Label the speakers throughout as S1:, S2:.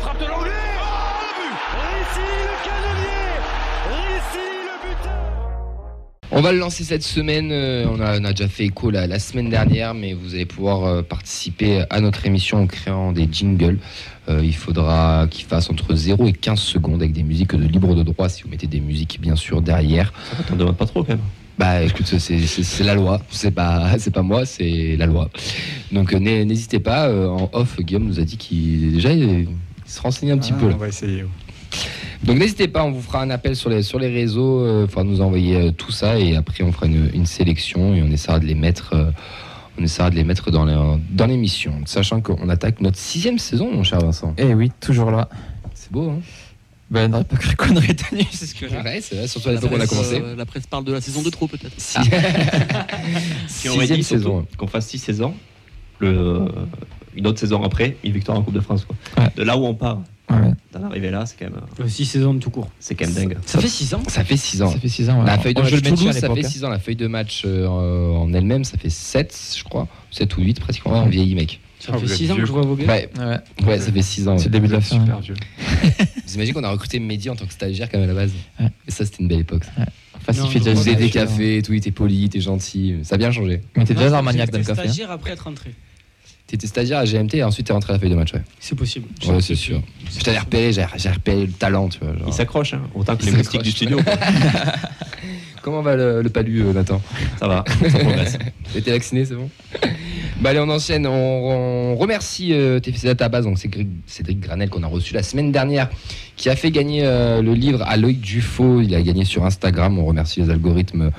S1: frappe de l'anglais Oh, le but Réussi le canonnier Réussi le buteur
S2: On va le lancer cette semaine. euh, On a, on a déjà fait écho la, la semaine dernière, mais vous allez pouvoir euh, participer à notre émission en créant des jingles. Euh, il faudra qu'ils fassent entre 0 et 15 secondes avec des musiques de libre de droit, si vous mettez des musiques bien sûr derrière.
S3: T'en demandes pas trop quand même.
S2: Bah écoute, c'est- c'est c'est la loi. C'est pas, c'est pas moi, c'est la loi. Donc euh, n'hé- n'hésitez pas. euh, En off, Guillaume nous a dit qu'il déjà il se renseignait un petit
S4: Ah,
S2: peu. là.
S4: On va essayer. ouais.
S2: Donc n'hésitez pas, on vous fera un appel sur les, sur les réseaux, euh, faudra nous envoyer euh, tout ça et après on fera une, une sélection et on essaiera de les mettre, euh, on essaiera de les mettre dans la- dans l'émission. Sachant qu'on attaque notre sixième saison, mon cher Vincent.
S5: Eh oui, toujours là.
S2: C'est beau, hein
S5: Ben, n'aurait pas cru qu'on aurait tenu, c'est ce que j'ai.
S2: Ouais, c'est vrai, surtout à l'époque où on a commencé.
S6: euh, la presse parle de la saison de trop peut-être.
S2: Si-
S7: Ah.
S3: Puis on aurait
S2: Sixième
S3: dit surtout
S2: saison.
S3: qu'on fasse 6 saisons, le, une autre saison après, une victoire en Coupe de France. Quoi.
S5: Ouais.
S3: De là où on part,
S5: Ouais.
S3: d'en arriver là, c'est quand même,
S7: Euh, Six saisons de tout court.
S3: c'est quand même dingue.
S7: Ça fait 6 ans
S2: Ça fait 6 ans.
S5: Ça fait 6 ans. ouais.
S2: La feuille de
S5: On
S2: match
S5: jouait le maintien
S2: Toulouse,
S5: à
S2: ça fait
S5: l'époque, hein.
S2: 6 ans. La feuille de match euh, en elle-même, ça fait 7, je crois. 7 ou 8 presque. Ouais, on vieillit, mec.
S7: Ça
S4: Ah,
S7: fait
S4: vous êtes
S7: 6 ans que
S4: vieux,
S7: je vois vos gars.
S2: Ouais,
S5: Ouais.
S2: ouais ça fait 6 ans.
S5: C'est le début de la fin.
S4: Super vieux.
S2: Vous imaginez qu'on a recruté Mehdi en tant que stagiaire quand même à la base.
S5: Ouais.
S2: Et ça, c'était une belle époque.
S7: Non,
S5: Enfin, il fait
S7: je
S5: déjà
S7: crois
S2: Vous
S7: Ouais,
S2: avez
S7: bien
S2: des
S7: sûr.
S2: cafés, tout, t'es poli, t'es gentil. Ça a bien changé.
S5: Mais t'es déjà
S7: Moi,
S5: l'armagnac dans
S7: j'étais
S5: le café. hein.
S7: stagiaire après être rentré.
S2: T'étais stagiaire à GMT et ensuite t'es rentré à la feuille de match, ouais.
S7: C'est possible. Je
S2: Ouais,
S7: sais
S2: c'est
S7: plus.
S2: sûr. Je t'avais repéré, j'ai j'ai repéré le talent, tu vois. genre.
S3: Il s'accroche, hein, autant que
S2: Il
S3: les moustiques
S2: s'accroche.
S3: du studio. quoi.
S2: Comment va le, le palu, euh, Nathan
S3: Ça va, ça progresse.
S2: T'as été vacciné, c'est bon Bah allez, on enchaîne. On, on remercie euh, TFC Database, donc c'est Greg- Cédric Granel qu'on a reçu la semaine dernière, qui a fait gagner euh, le livre à Loïc Dufaux. Il a gagné sur Instagram. On remercie les algorithmes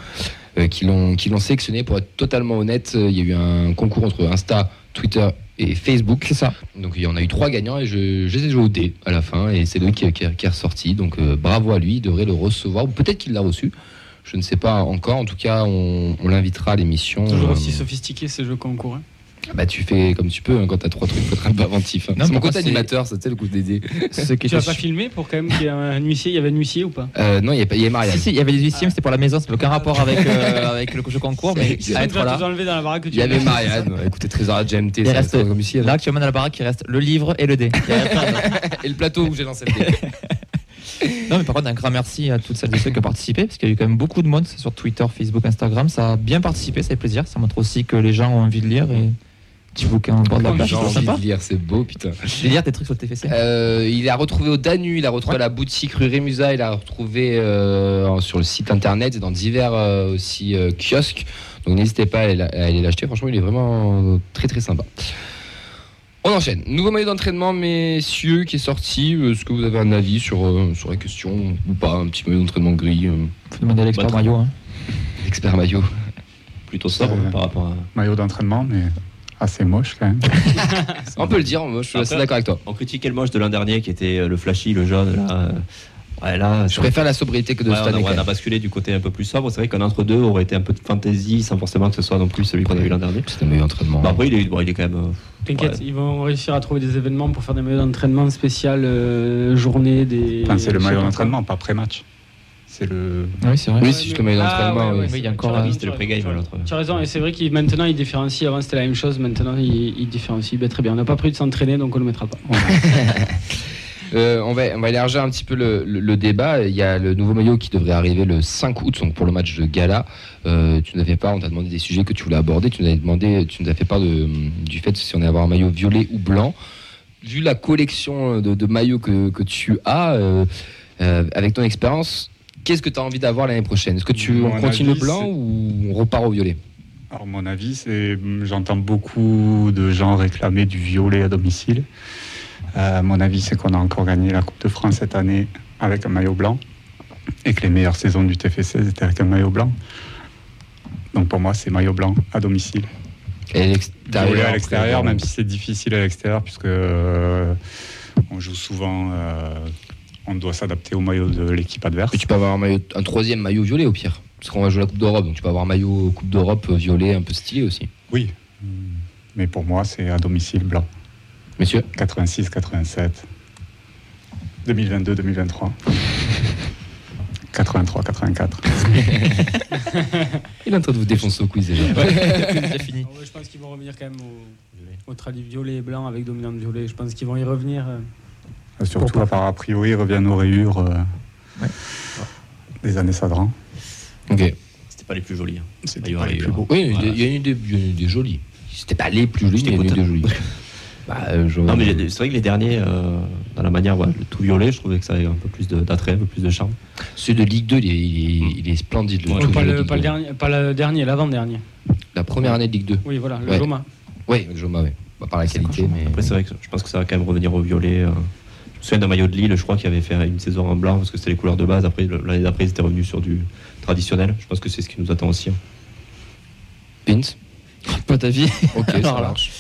S2: euh, qui l'ont qui l'ont sélectionné. Pour être totalement honnête, euh, il y a eu un concours entre Insta, Twitter et Facebook.
S5: C'est ça.
S2: Donc il y en a eu trois gagnants et je, je les ai joués au dé à la fin et c'est lui qui, qui, est- qui est ressorti. Donc euh, bravo à lui, il devrait le recevoir ou peut-être qu'il l'a reçu. Je ne sais pas encore. En tout cas, on, on l'invitera à l'émission.
S7: Toujours
S2: Euh,
S7: aussi sophistiqué ces jeux concours. hein.
S2: bah tu fais comme tu peux hein, quand t'as trois trucs, faut être un peu inventif. hein.
S5: Non,
S2: C'est mon
S5: pourquoi
S2: côté
S5: c'est-
S2: animateur, ça tu sais, le coup des dés.
S5: Ceux qui
S7: Tu
S5: étaient
S7: l'as pas
S5: sur-
S7: filmé pour quand même qu'il y ait un huissier Il y avait un huissier ou pas
S2: Euh, non, il y a pas- il y a Marianne.
S5: Si, si, il y avait les huissiers, mais c'était pour la maison, ça n'avait aucun rapport avec, euh, avec le jeu concours, mais
S2: C'est-
S7: Tu
S5: à Ah, être
S7: vas
S5: là.
S7: tout enlever dans la baraque que tu
S2: Il y avait
S7: fais.
S2: Marianne. Ouais, Écoutez, Trésor à GMT,
S5: Il
S2: ça
S5: reste-
S2: reste comme ici.
S5: Là, actuellement, dans la baraque, il reste le livre et le dé. Il y a rien d'autre.
S2: Et le plateau où j'ai lancé le dé.
S5: non, mais par contre, un grand merci à toutes celles et ceux qui ont participé, parce qu'il y a eu quand même beaucoup de monde c'est sur Twitter, Facebook, Instagram. Ça a bien participé, ça fait plaisir. Ça montre aussi que les gens ont envie de lire et petit bouquin au bord de la
S7: Oh,
S5: plage,
S2: J'ai
S5: c'est
S2: envie
S5: sympa.
S2: de lire, c'est beau, putain.
S5: De lire des trucs sur le TFC.
S2: Euh, il a retrouvé au Danu, il a retrouvé à la boutique rue Rémusa, il a retrouvé euh, sur le site internet et dans divers euh, aussi euh, kiosques. Donc n'hésitez pas à aller la- à aller l'acheter. Franchement, il est vraiment euh, très très sympa. On enchaîne. Nouveau maillot d'entraînement, messieurs, qui est sorti. Est-ce que vous avez un avis sur, euh, sur la question ou pas Un petit maillot d'entraînement gris, euh,
S5: Faut demander à l'expert
S3: Bah,
S5: Mario. Hein.
S2: expert maillot.
S3: Plutôt sobre
S4: Euh,
S3: par rapport à.
S4: Maillot d'entraînement, mais assez moche quand même.
S2: On peut le dire, moi je suis assez
S3: Après-
S2: d'accord avec toi.
S3: On critiquait le moche de l'an dernier qui était euh, le flashy, le jaune, là. euh, Ouais, là,
S2: Je préfère la sobriété que de
S3: Ouais,
S2: cette
S3: on, a,
S2: année.
S3: ouais,
S2: quand
S3: on a
S2: même.
S3: basculé du côté un peu plus sobre. C'est vrai qu'un entre deux aurait été un peu de fantaisie sans forcément que ce soit non plus celui qu'on a eu l'an dernier.
S2: C'est un maillot d'entraînement.
S3: Bah, après, il est, bon, il est quand même. euh,
S7: T'inquiète, ils vont réussir à trouver des événements pour faire des maillots d'entraînement spécial euh, journée des.
S4: Enfin, Ah, c'est le
S7: je sais
S4: maillot
S7: pas
S4: d'entraînement, pas pré-match. C'est le.
S5: Oui, c'est vrai.
S2: Oui,
S7: Ouais,
S2: c'est juste
S7: mais-
S2: le maillot
S7: Ah,
S2: d'entraînement.
S7: ouais,
S2: oui.
S7: ouais,
S5: oui, il y a
S7: c'est
S5: encore,
S7: vrai,
S5: euh,
S7: tu as
S3: c'était le
S7: raison,
S3: pré-game,
S7: tu as raison.
S3: l'autre.
S7: Tu as raison, et c'est vrai qu'il maintenant il différencie. Avant c'était la même chose, maintenant il, il différencie. Il très bien. On n'a pas pris de s'entraîner donc on le mettra pas.
S2: Euh, on, va, on va élargir un petit peu le, le- le débat. Il y a le nouveau maillot qui devrait arriver le 5 août donc pour le match de gala. Euh, tu n'avais pas, on t'a demandé des sujets que tu voulais aborder. Tu nous, avais demandé, tu nous as fait part de, du fait si on allait avoir un maillot violet ou blanc. Vu la collection euh, de, de maillots que, que tu as, euh, euh, avec ton expérience, qu'est-ce que tu as envie d'avoir l'année prochaine Est-ce que tu
S4: Mon
S2: on continue
S4: avis,
S2: le blanc
S4: c'est-
S2: ou on repart au violet
S4: Alors, mon avis, c'est. J'entends beaucoup de gens réclamer du violet à domicile. Euh, mon avis, c'est qu'on a encore gagné la Coupe de France cette année avec un maillot blanc. Et que les meilleures saisons du TFC étaient avec un maillot blanc. Donc, pour moi, c'est maillot blanc à domicile.
S2: Et
S4: Violet
S2: l'extérieur
S4: à l'extérieur,
S2: après, euh,
S4: même si c'est difficile à l'extérieur, puisque euh, on joue souvent. euh, on doit s'adapter au maillot de l'équipe adverse.
S2: Puis tu peux avoir un, maillot- un troisième maillot violet au pire. Parce qu'on va jouer la Coupe d'Europe, donc tu peux avoir un maillot Coupe d'Europe euh, violet un peu stylé aussi.
S4: Oui. Hmm. Mais pour moi, c'est à domicile blanc.
S2: Messieurs
S4: 86, 87, 2022, 2023, 83, 84.
S2: Il est en train de vous défoncer au quiz déjà.
S5: C'est déjà fini.
S7: Ah ouais, je pense qu'ils vont revenir quand même au, au tradi violet et blanc avec dominante violet. Je pense qu'ils vont y revenir. euh.
S4: Euh, Surtout,
S5: Pourquoi
S4: à part, a priori, ils reviennent aux rayures euh,
S5: Ouais.
S4: des années Sadran.
S2: Ok.
S3: C'était pas les plus jolis. hein.
S4: C'était
S3: Il y
S4: pas
S3: aurait
S4: les
S3: eu
S4: plus
S3: un-
S4: beaux.
S2: Oui, il y en a eu
S3: Voilà.
S2: des- il y en a eu des- il y en a eu des jolies. C'était pas les plus jolies,
S3: Je
S2: mais il y en a eu
S3: t'écoute.
S2: des jolies. Bah, euh, je-
S3: Non, mais j'ai- c'est vrai que les derniers, euh, dans la manière, ouais, le tout violet, je trouvais que ça avait un peu plus de- d'attrait, un peu plus de charme.
S2: Ceux de Ligue 2, il est, il est- il est splendide. Le
S3: Ouais,
S2: tout
S7: pas,
S2: violet
S7: le,
S2: Ligue
S7: pas, le
S2: 2.
S7: dernier, pas le dernier, l'avant-dernier.
S2: La première année de Ligue 2.
S7: Oui, voilà, le
S2: Ouais.
S7: Joma.
S2: Oui, avec Joma, ouais. Bah, par la qualité, mais.
S3: Après, c'est vrai que je pense que ça va quand même revenir au violet. euh. Je me souviens d'un maillot de Lille, je crois qu'il avait fait une saison en blanc parce que c'était les couleurs de base. Après, le- l'année d'après, ils étaient revenus sur du traditionnel. Je pense que c'est ce qui nous attend aussi. hein.
S2: Pins.
S5: Pas ta vie.
S2: Ok, ça
S5: Alors là.
S2: marche.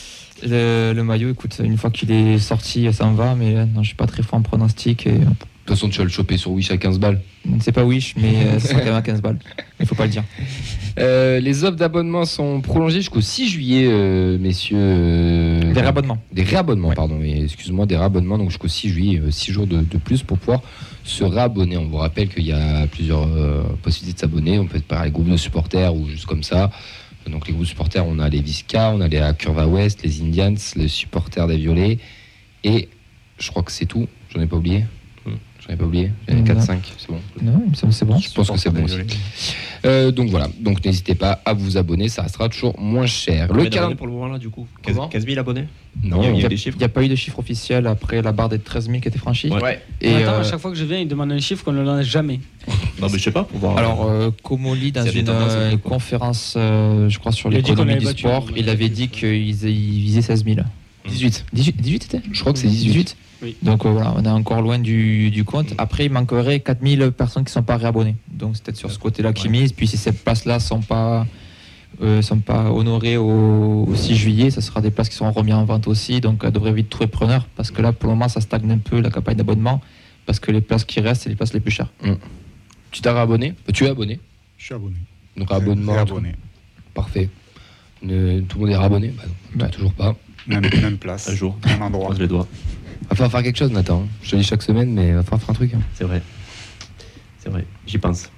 S5: Le, le maillot, écoute, une fois qu'il est sorti, ça en va, mais euh, non, je suis pas très fort en pronostic. Et, euh,
S2: De toute façon, tu vas le choper sur Wish à 15 balles.
S5: c'est pas Wish, mais euh, c'est quand même à 15 balles. Il faut pas le dire.
S2: Euh, les offres d'abonnement sont prolongées jusqu'au 6 juillet, euh, messieurs. euh,
S5: Les rabonnements.
S2: Des réabonnements,
S5: Ouais.
S2: pardon, mais excuse-moi, des réabonnements, donc jusqu'au 6 juillet, 6 jours de, de plus pour pouvoir se réabonner. On vous rappelle qu'il y a plusieurs euh, possibilités de s'abonner, on peut être par les groupes de supporters ou juste comme ça. Donc les groupes de supporters, on a les Visca, on a les Curva West, les Indians, les supporters des Violets, et je crois que c'est tout, j'en ai pas oublié. Hmm, J'en ai pas oublié, j'en ai
S5: Non.
S2: 4-5, c'est bon.
S5: Non, il me semble que c'est bon.
S2: Je pense que c'est bon aussi. Euh, donc voilà, donc n'hésitez pas à vous abonner, ça restera toujours moins cher.
S3: Combien
S2: Le
S3: d'abonnés
S2: calendrier.
S3: pour le moment là, du coup
S2: Comment
S3: 15 15 000 abonnés
S2: Non,
S3: Il y a-
S5: Il
S3: eu
S5: n'y a,
S3: des chiffres
S5: il y a pas eu de chiffre officiel après la barre des 13 000 qui a été franchie.
S3: Ouais.
S5: Et,
S7: Attends,
S5: euh,
S7: à chaque fois que je viens, il demande un chiffre qu'on ne l'a jamais.
S3: Non, mais je sais pas, pour voir.
S5: Alors, euh, Comoli, dans
S3: S'il y a
S5: une
S3: des tendances,
S5: euh,
S3: un peu, quoi.
S5: conférence, euh, je crois, sur
S7: Il a dit qu'on
S5: l'économie
S7: avait
S5: du
S7: battu,
S5: sport,
S7: on avait
S5: il avait
S7: battu,
S5: dit
S7: ouais.
S5: qu'ils ils visaient 16 000.
S2: 18.
S5: 18, 18 c'était
S2: Je crois que c'est 18.
S7: Oui.
S5: Donc euh, voilà, on est encore loin du, du compte. Après, il manquerait 4000 personnes qui ne sont pas réabonnées. Donc c'est peut-être sur ce côté-là qu'ils misent. Puis si ces places-là ne sont, pas, euh, sont pas honorées au, au 6 juillet, ça sera des places qui seront remises en vente aussi. Donc elle devrait vite trouver preneur. Parce que là, pour le moment, ça stagne un peu la campagne d'abonnement. Parce que les places qui restent, c'est les places les plus chères.
S2: Tu t'es réabonné Tu es abonné
S4: Je suis abonné.
S2: Donc abonnement,
S4: Abonné.
S2: parfait. Ne- tout le monde est rabonné Bah non,
S5: Bah.
S2: toujours pas.
S4: Même, même place.
S3: euh, Un jour.
S4: Même
S3: on
S4: endroit.
S3: croise les doigts.
S2: Va falloir faire quelque chose, Nathan. hein. Je te le dis chaque semaine, mais va falloir faire un truc. hein.
S3: C'est vrai. C'est vrai. J'y pense.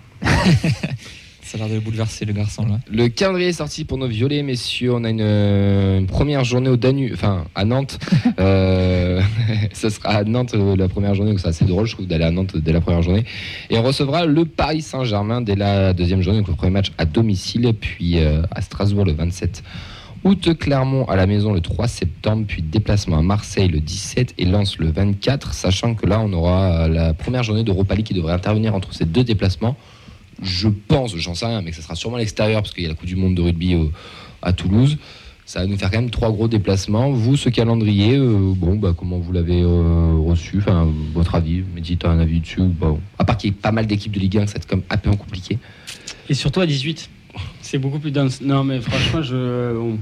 S5: Ça a l'air de le bouleverser, le garçon là.
S2: Le calendrier est sorti pour nos violets, messieurs. On a une, euh, une première journée au Danu, enfin à Nantes. Euh, ce sera à Nantes euh, la première journée, donc c'est assez drôle, je trouve, d'aller à Nantes dès la première journée. Et on recevra le Paris Saint-Germain dès la deuxième journée, donc le premier match à domicile, puis euh, à Strasbourg le 27 août, Clermont à la maison le 3 septembre, puis déplacement à Marseille le 17 et Lens le 24, sachant que là on aura euh, la première journée d'Europa League qui devrait intervenir entre ces deux déplacements. Je pense, j'en sais rien, mais que ça sera sûrement à l'extérieur parce qu'il y a la Coupe du Monde de rugby au- à Toulouse. Ça va nous faire quand même trois gros déplacements. Vous, ce calendrier, euh, bon, bah, comment vous l'avez euh, reçu Enfin, votre avis Mais dites un avis dessus ou pas À part qu'il y ait pas mal d'équipes de Ligue 1, que ça va être quand même un peu compliqué.
S7: Et surtout à 18. C'est beaucoup plus dense. Non, mais franchement, je. on-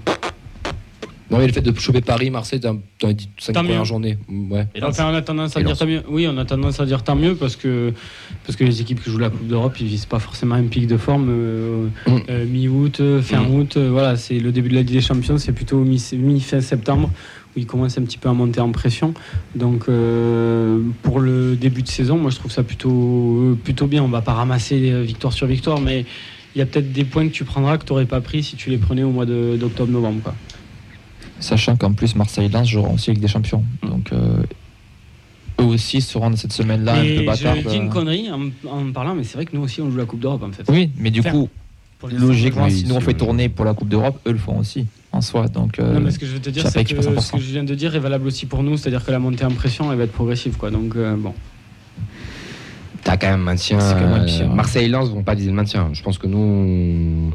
S2: Non, mais le fait de choper Paris, Marseille, dans dans les 5
S7: Tant mieux.
S2: premières journées. Mm, Ouais.
S3: Et là,
S7: Enfin, on a tendance à
S2: Et
S7: dire
S2: Lens.
S7: tant mieux. Oui, on a tendance à dire tant mieux parce que, parce que les équipes qui jouent la Coupe d'Europe, ils visent pas forcément un pic de forme euh,
S2: Mm.
S7: euh, mi-août, euh, fin
S2: Mm.
S7: août. euh, voilà, c'est le début de la Ligue des Champions, c'est plutôt mi- mi-fin septembre où ils commencent un petit peu à monter en pression. Donc euh, pour le début de saison, moi je trouve ça plutôt, euh, plutôt bien. On va pas ramasser euh, victoire sur victoire, mais il y a peut-être des points que tu prendras que tu n'aurais pas pris si tu les prenais au mois de- d'octobre-novembre. quoi.
S5: Sachant qu'en plus, Marseille-Lens jouera aussi avec des champions. Donc euh, eux aussi seront dans cette semaine-là un
S7: Mais
S5: peu bâtards. euh.
S7: je dis une connerie en, en parlant, mais c'est vrai que nous aussi on joue la Coupe d'Europe en fait.
S5: Oui, mais du
S7: Faire.
S5: coup,
S7: Pour les-
S5: logiquement,
S2: Oui,
S5: si nous on
S2: c'est
S5: fait
S2: vrai.
S5: tourner pour la Coupe d'Europe, eux le font aussi en soi. Donc, euh,
S7: Non, mais ce que je veux te dire,
S5: ça
S7: c'est
S5: fait
S7: que
S5: équipe à
S7: ce
S5: 100%.
S7: que je viens de dire est valable aussi pour nous, c'est-à-dire que la montée en pression, elle va être progressive, quoi. Donc euh, bon.
S2: T'as quand même maintien.
S5: C'est quand même le pire,
S2: euh,
S5: hein.
S2: Marseille et Lens vont pas viser le maintien. Je pense que nous. on-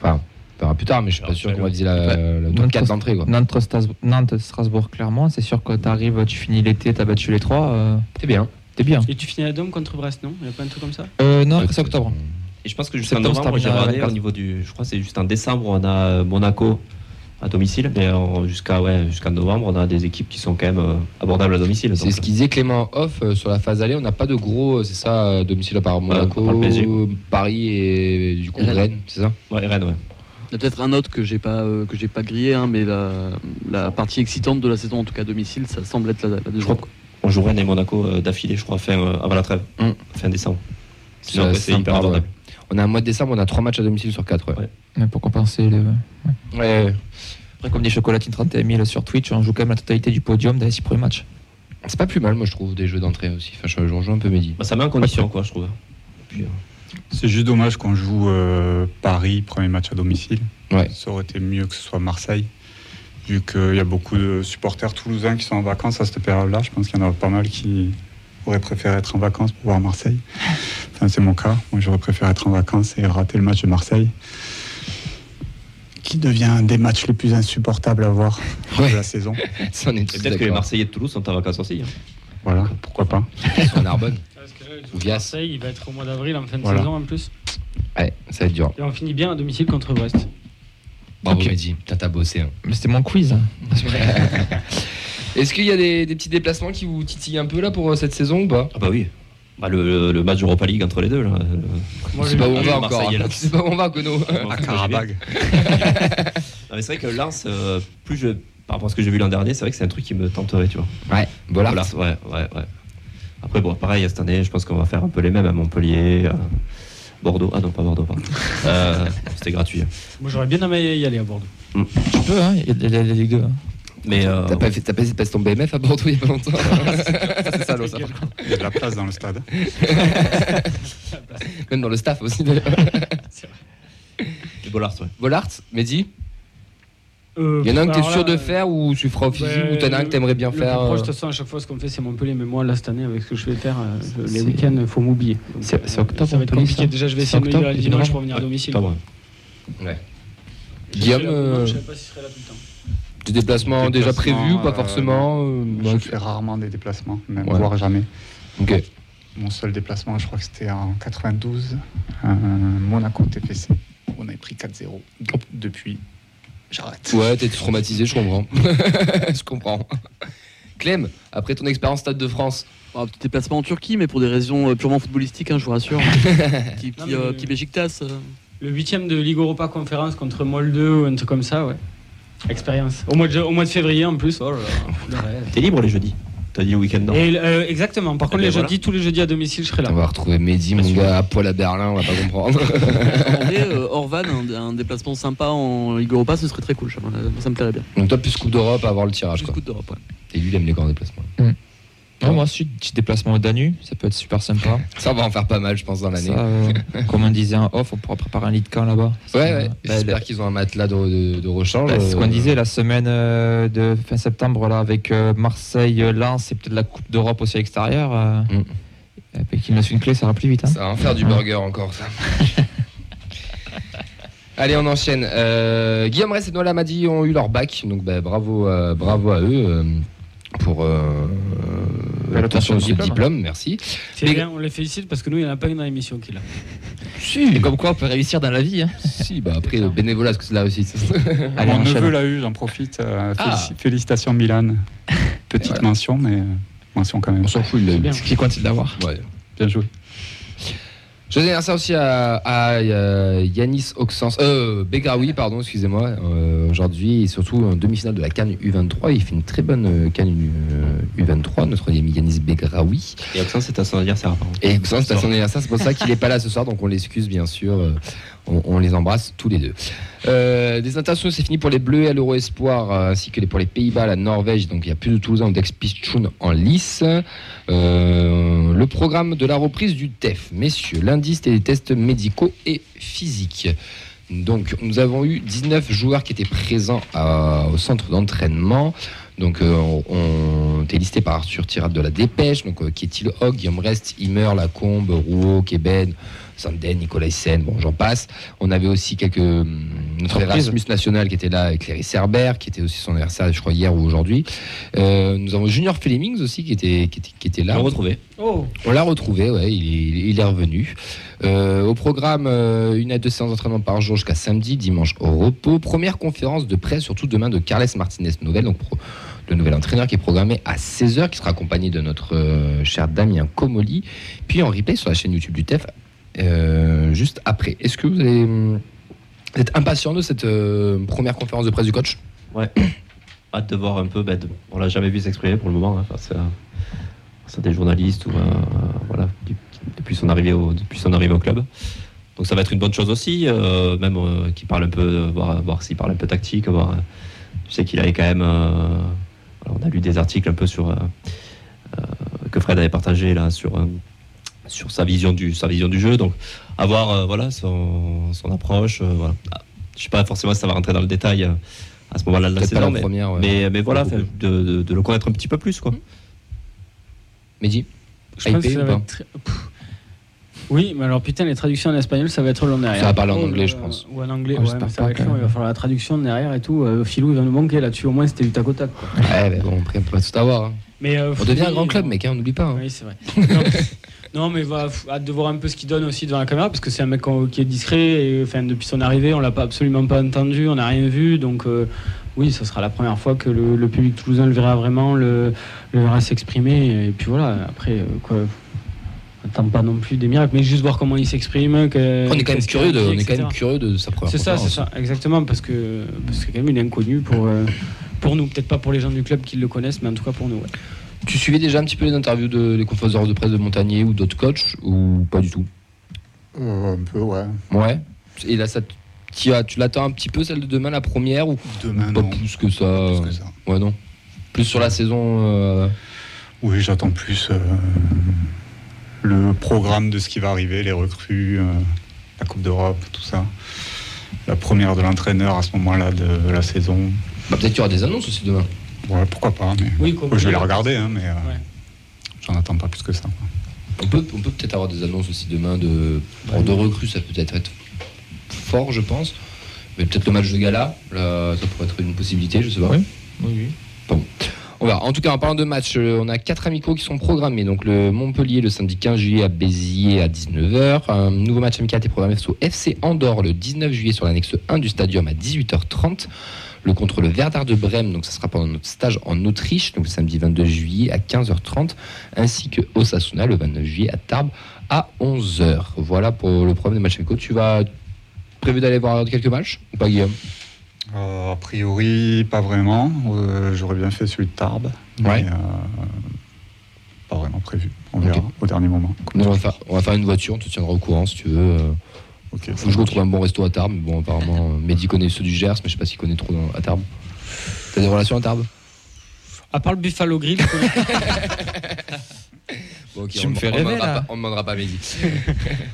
S2: Enfin, on verra plus tard, mais je suis pas
S3: Alors,
S2: sûr
S3: ouais,
S2: qu'on va viser la, la
S5: Nantes-
S2: 4 d'entrée. quoi.
S5: Nantes, Stas- Nantes, Strasbourg, clairement, c'est sûr que t'arrives, tu finis l'été, t'as battu les trois, euh,
S2: T'es bien.
S5: t'es bien.
S7: Et tu finis à Dôme contre Brest, non Il y a pas un truc comme ça
S5: Euh, non, après c'est octobre.
S3: Et je pense que jusqu'en
S5: Septembre,
S3: novembre,
S5: c'est
S3: j'ai
S5: terminé à
S3: regardé
S5: 24.
S3: au niveau du. Je crois que c'est juste en décembre, on a euh, Monaco à domicile, mais en- jusqu'à ouais, jusqu'en novembre, on a des équipes qui sont quand même euh, abordables à domicile.
S2: C'est ce qu'il disait Clément Off euh, sur la phase aller. On n'a pas de gros, euh, c'est ça, euh, domicile à part Monaco,
S3: par le PSG.
S2: Paris et du coup
S6: Et Rennes.
S2: Rennes, c'est ça
S3: euh, Ouais, Rennes, ouais.
S6: Il y a peut-être un autre que j'ai pas, euh, que j'ai pas grillé, hein, mais la, la partie excitante de la saison, en tout cas à domicile, ça semble être la, la
S3: Je crois
S6: deuxième.
S3: qu'on joue Rennes et Monaco euh, d'affilée, je crois, fin, euh, avant la trêve,
S2: Mm.
S3: fin décembre. Sinon,
S2: Ça,
S3: après, c'est
S2: sympa,
S3: hyper abordable.
S2: ouais. On a un mois de décembre, on a trois matchs à domicile sur 4. Ouais.
S5: Mais pour compenser, les...
S2: Ouais, ouais.
S5: après, comme des chocolatines 31 000 sur Twitch, on joue quand même la totalité du podium dans les six premiers matchs.
S2: C'est pas plus mal, moi, je trouve, des jeux d'entrée aussi. Enfin, je, je rejoins un peu Mehdi.
S3: Bah, ça met en condition, quoi, je trouve. Puis, euh,
S4: C'est juste dommage qu'on joue euh, Paris, premier match à domicile.
S2: Ouais.
S4: Ça aurait été mieux que ce soit Marseille, vu qu'il y a beaucoup de supporters toulousains qui sont en vacances à cette période-là. Je pense qu'il y en a pas mal qui auraient préféré être en vacances pour voir Marseille. Enfin, c'est mon cas. Moi, j'aurais préféré être en vacances et rater le match de Marseille, qui devient un des matchs les plus insupportables à voir
S2: Ouais.
S4: de la saison.
S2: Ça, on est
S3: et
S2: tous
S3: peut-être que les
S2: d'accord.
S3: Marseillais de Toulouse sont en vacances aussi. hein.
S4: Voilà, pourquoi pas.
S2: Ils sont à Narbonne.
S7: Parce que
S2: Ou
S7: le
S2: Vias.
S7: Marseille, il va être au mois d'avril en fin de
S4: Voilà.
S7: saison en plus.
S2: Ouais, ça va être dur.
S7: Et on finit bien à domicile contre Brest.
S2: Bravo,
S5: Ok.
S2: Mehdi. T'as t'as bossé. hein.
S5: Mais c'était mon quiz. hein.
S2: Est-ce qu'il y a des, des petits déplacements qui vous titillent un peu là pour euh, cette saison ou pas
S3: Ah bah oui. Bah, le, le match Europa League entre les deux. Là. Euh,
S7: Moi,
S2: C'est pas où on
S3: vu
S2: va
S3: le
S2: encore.
S3: Marseillais, là.
S2: hein. C'est pas où on va, Gono.
S4: À Carabag.
S3: Non, mais c'est vrai que Lens, euh, plus je, par rapport à ce que j'ai vu l'an dernier, c'est vrai que c'est un truc qui me tenterait, tu vois.
S2: Ouais, voilà.
S3: Lars, ouais, ouais, ouais. Après, bon, pareil, cette année, je pense qu'on va faire un peu les mêmes à Montpellier, à Bordeaux. Ah non, pas Bordeaux, pardon. Euh, C'était gratuit.
S7: Moi, j'aurais bien aimé y aller à Bordeaux.
S5: Tu peux, hein Il y a de la la Ligue 2. hein.
S3: Mais euh,
S2: T'as pas fait, t'as pas passé ton BMF à Bordeaux il y a pas longtemps Ça, C'est salaud, ça.
S4: Il y a de la place dans le stade.
S2: Même dans le staff aussi. d'ailleurs.
S3: les Bollards, ouais.
S2: Bollard, Mehdi
S7: Euh,
S2: Il y en a un que t'es sûr de faire ou tu feras au physique
S7: ben,
S2: ou t'en as un que t'aimerais bien
S7: le
S2: faire
S7: plus proche, de
S2: euh,
S7: toute façon, à chaque fois, ce qu'on fait, c'est Montpellier. Mais moi, là, cette année, avec ce que je vais faire, euh, je-
S5: C'est-
S7: les week-ends, il faut m'oublier. Donc, euh,
S5: C'est- c'est octobre,
S7: Ça va être
S5: Montpellier,
S7: compliqué.
S5: ça
S7: Déjà, je vais
S5: C'est
S7: essayer de me
S5: octobre,
S7: libérer le
S5: il est
S7: dimanche
S5: grand.
S7: pour venir à domicile.
S3: Pas vrai.
S2: Guillaume,
S7: Non,
S2: euh,
S7: je savais pas si je serais là tout le temps.
S2: des déplacements déjà
S4: Déplacements,
S2: prévus ou pas
S4: euh,
S2: forcément euh,
S4: Je
S2: ok.
S4: fais rarement des déplacements, même
S2: Ouais.
S4: voire jamais.
S2: Ok.
S4: Mon seul déplacement, je crois que c'était en 92, euh, Monaco TFC. On avait pris 4-0. Donc, Depuis, j'arrête.
S2: Ouais, t'es traumatisé, je comprends. je comprends. Clem, après ton expérience Stade de France,
S6: Bon, Ah, un petit déplacement en Turquie, mais pour des raisons euh, purement footballistiques, hein, je vous rassure. petit
S7: Non,
S6: petit,
S7: mais-
S6: euh, petit Beşiktaş, euh.
S7: Le huitième de Ligue Europa Conférence contre Molde ou un truc comme ça, ouais. Expérience. Au mois de, au mois de février en plus. Oh là là. le rêve.
S3: T'es libre les jeudis T'as dit le week-end, non
S7: Et, euh, exactement. Par
S3: Eh
S7: contre,
S3: ben
S7: les
S3: voilà.
S7: jeudis, tous les jeudis à domicile, je serai là.
S2: on va retrouver Mehdi, mon gars, à poil à Berlin, on va pas comprendre.
S6: En vrai, euh, Orvan, un, un déplacement sympa en Ligue Europa, ce serait très cool. je- euh, Ça me plairait bien.
S2: Donc toi, plus Coupe d'Europe avant le tirage,
S6: Juste
S2: quoi.
S6: coup d'Europe. ouais.
S2: Et lui, il aime les grands déplacements.
S5: Non, moi, si, petit déplacement au Danube, ça peut être super sympa.
S2: Ça, on va en faire pas mal, je pense, dans l'année.
S5: Ça, euh, comme on disait en off, on pourra préparer un lit de camp là-bas.
S2: Ouais, ouais.
S5: Bah,
S2: J'espère
S5: bah,
S2: qu'ils ont un matelas de, de- de rechange.
S5: bah, c'est ce
S2: euh,
S5: qu'on disait la semaine euh, de fin septembre là, avec euh, Marseille, euh, Lens et peut-être la Coupe d'Europe aussi à l'extérieur. euh,
S2: Mm.
S5: et puis qu'il laisse une clé, ça va plus vite. hein.
S2: Ça va en faire du burger encore, ça. Allez, on enchaîne. Euh, Guillaume Rest et Noël Amadi ont eu leur bac, donc bah, bravo, euh, bravo à eux euh, pour euh,
S5: Bah, l'obtention
S2: l'obtention de
S5: du
S2: ce
S5: diplôme.
S2: diplôme. hein. Merci.
S7: C'est
S2: Mais-
S7: bien, on les félicite parce que nous, il n'y en a pas une dans l'émission qui l'a.
S5: Et comme quoi, on peut réussir dans la vie. hein.
S2: si, bah, après le bénévolat, parce que c'est là aussi.
S5: Allez,
S4: Mon
S5: on enchaîne.
S4: neveu l'a eu, j'en profite. euh, félici- Félicitations Milan. Petite
S2: voilà.
S4: mention, mais euh, mention quand même.
S2: s'en fout, il l'a eu.
S7: bien.
S5: Ce qui compte, c'est de l'avoir.
S2: Ouais.
S4: Bien joué.
S2: Joyeux anniversaire aussi à, à, euh, Yanis Oxens, euh, Begraoui, pardon, excusez-moi, euh, aujourd'hui, et surtout en demi-finale de la Cannes U23. Il fait une très bonne euh, Cannes euh, U23, notre ami Yanis Begraoui.
S3: Et Oxen, c'est à son anniversaire, apparemment.
S2: Et Oxens, c'est à son anniversaire, c'est pour ça qu'il n'est pas là ce soir, donc on l'excuse bien sûr, euh, on, on les embrasse tous les deux. Euh, des internationaux, c'est fini pour les Bleus à l'Euro Espoir, euh, ainsi que les- pour les Pays-Bas, la Norvège, donc il n'y a plus de Toulousain ou d'ex-Pichoun en lice. Euh, le programme de la reprise du TEF, messieurs, lundi c'était les tests médicaux et physiques. Donc nous avons eu 19 joueurs qui étaient présents à- au centre d'entraînement. Donc euh, on, on était listé par Arthur Tirade de la Dépêche, donc euh, Kétil Hogg, Guillaume Rest, Himmer, Lacombe, Rouault, Québec, Sanden, Nicolas Hyssen, bon j'en passe. On avait aussi quelques... hum, Notre
S5: Surprise.
S2: Erasmus National qui était là avec Cléry Cerber, qui était aussi son anniversaire je crois hier ou aujourd'hui. Euh, nous avons Junior Flemings aussi qui était, qui était, qui était
S3: On
S2: là.
S3: l'a retrouvé.
S7: Oh,
S2: On l'a retrouvé, ouais, il, est- il est revenu. Euh, au programme, euh, une à deux séances d'entraînement par jour jusqu'à samedi, dimanche au repos. Première conférence de presse, surtout demain, de Carles Martinez Nouvel, donc pro- le nouvel entraîneur qui est programmé à 16h, qui sera accompagné de notre euh, cher Damien Comoli, puis en replay sur la chaîne YouTube du TEF euh, juste après. Est-ce que vous, allez, hum, vous êtes impatient de cette euh, première conférence de presse du coach
S7: Bah,
S3: Hâte de voir un peu. ben, de- on l'a jamais vu s'exprimer pour le moment, hein, face, à, face à des journalistes ou à- voilà, du- depuis, son arrivée au, depuis son arrivée au club. Donc ça va être une bonne chose aussi, euh, même euh, qu'il parle un peu, euh, voir, voir s'il parle un peu tactique. Voir, euh, je sais qu'il avait quand même. euh, alors, on a lu des articles un peu sur. euh, que Fred avait partagé là sur, euh, sur sa, vision du, sa vision du jeu. Donc, avoir euh, voilà, son, son approche. euh, voilà. Ah, je ne sais pas forcément si ça va rentrer dans le détail euh, à ce moment-là de la
S2: Peut-être pas
S3: saison,
S2: la
S3: mais,
S2: première. ouais.
S3: mais, mais voilà,
S2: Beaucoup.
S3: fait de, de- de le connaître un petit peu plus. Quoi.
S2: Mehdi
S7: Je pense
S2: hypé
S7: que ça
S2: Ah, ou
S7: va
S2: pas
S7: être très- Pff. Oui, mais alors putain, les traductions en espagnol, ça va être long derrière.
S2: Ça va parler en
S7: Par contre,
S2: anglais, je
S7: euh,
S2: pense.
S7: Ou en anglais,
S5: Ah,
S7: ouais,
S5: j'espère
S7: mais ça va
S5: pas
S7: être
S5: quand
S7: long,
S5: même.
S7: il va falloir la traduction derrière et tout. Euh, Filou, il va nous manquer là-dessus, au moins c'était du tac au tac. quoi.
S2: Ouais, mais bon, après, on peut pas tout avoir. hein.
S7: Mais, euh,
S2: On devient un
S7: oui,
S2: grand club,
S7: euh,
S2: mec, hein, on n'oublie pas. hein.
S7: Oui, c'est vrai. non, non, mais va f- hâte de voir un peu ce qu'il donne aussi devant la caméra, parce que c'est un mec en- qui est discret. Et, enfin, depuis son arrivée, on l'a pas absolument pas entendu, on n'a rien vu. Donc, euh, oui, ce sera la première fois que le, le public toulousain le verra vraiment, le, le verra s'exprimer. Et puis voilà, après, euh, quoi. on Attend pas non plus des miracles, mais juste voir comment il s'exprime. que-
S2: On est quand même
S7: qu'est-ce qu'il
S2: curieux de,
S7: dit,
S2: on est quand
S7: etc.
S2: même curieux de sa première
S7: C'est ça, c'est
S2: conférence.
S7: ça, exactement, parce que parce que quand même il est inconnu pour euh, pour nous, peut-être pas pour les gens du club qui le connaissent, mais en tout cas pour nous. ouais.
S2: Tu suivais déjà un petit peu les interviews de les conférences de presse de Montagnier ou d'autres coachs ou pas du tout
S4: Euh, un peu, ouais.
S2: Ouais. Et là, ça, t- t'y as- tu l'attends un petit peu celle de demain, la première ou
S4: Demain,
S2: pas
S4: non.
S2: plus que ça
S4: Plus que ça.
S2: Ouais, non. Plus sur la saison. euh,
S4: Oui, j'attends plus euh, le programme de ce qui va arriver, les recrues, euh, la Coupe d'Europe, tout ça. La première de l'entraîneur à ce moment-là de la saison.
S2: bah, peut-être qu'il y aura des annonces aussi demain.
S4: Ouais, pourquoi pas, mais
S7: Oui,
S4: je vais la regarder, hein, mais euh,
S7: Ouais.
S4: j'en attends pas plus que ça.
S2: On peut, on peut peut-être avoir des annonces aussi demain de, bon, de recrues, ça peut peut-être être fort, je pense. Mais peut-être le match de gala, là, ça pourrait être une possibilité, je sais pas.
S5: Oui. Oui, oui.
S2: On verra. En tout cas, en parlant de match, euh, on a quatre amicaux qui sont programmés. Donc le Montpellier le samedi 15 juillet à Béziers à 19h. Un nouveau match amical est programmé face au FC Andorre le 19 juillet sur l'annexe 1 du stadium à 18h30. Le contre le Verdard de Brême, donc ça sera pendant notre stage en Autriche, donc le samedi 22 juillet à 15h30, ainsi que Osasuna le 29 juillet à Tarbes à 11h. Voilà pour le programme des matchs amicaux. Tu vas prévu d'aller voir quelques matchs ou pas, Guillaume
S4: Euh, a priori, pas vraiment. Euh, J'aurais bien fait celui de Tarbes. mais,
S2: Ouais.
S4: euh, pas vraiment prévu. On
S2: Ok.
S4: verra au dernier moment.
S2: on va, faire, on va faire une voiture, on te tiendra au courant si tu veux. euh,
S4: Ok,
S2: Faut que je retrouve un bon resto à Tarbes. mais Bon, apparemment, euh, Mehdi connaît ceux du Gers, mais je sais pas s'il connaît trop dans- à Tarbes. T'as des relations à Tarbes
S7: À part le Buffalo Grill, je connais-
S2: Bon, ok,
S5: Tu
S2: on
S5: me
S2: dem-
S5: fais
S2: on
S5: rêver,
S2: demandera
S5: là.
S2: pas- On demandera pas à Mehdi.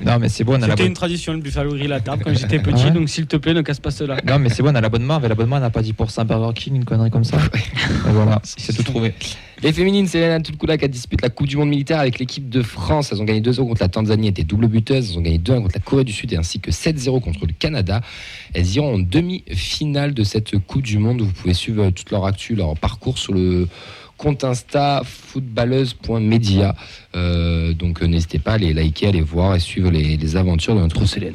S5: Non, mais c'est bon, on a la
S7: c'était
S5: bonne.
S7: une tradition le Buffalo Grill à table quand j'étais petit,
S5: Ah ouais
S7: donc s'il te plaît, ne casse pas cela.
S5: Non, mais c'est bon, on a l'abonnement. Avec l'abonnement, on n'a pas 10% Burger King, une connerie comme ça. Et voilà, c'est tout trouvé.
S2: Les féminines, c'est Hélène Tulkula qui dispute la Coupe du Monde militaire avec l'équipe de France. Elles ont gagné 2-0 contre la Tanzanie, étaient double buteuses. Elles ont gagné 2-1 contre la Corée du Sud et ainsi que 7-0 contre le Canada. Elles iront en demi-finale de cette Coupe du Monde. Vous pouvez suivre euh, toute leur actu, leur parcours sur le compte Insta footballeuse.media. Euh, donc euh, n'hésitez pas à les liker, à les voir et suivre les, les aventures de notre Célène.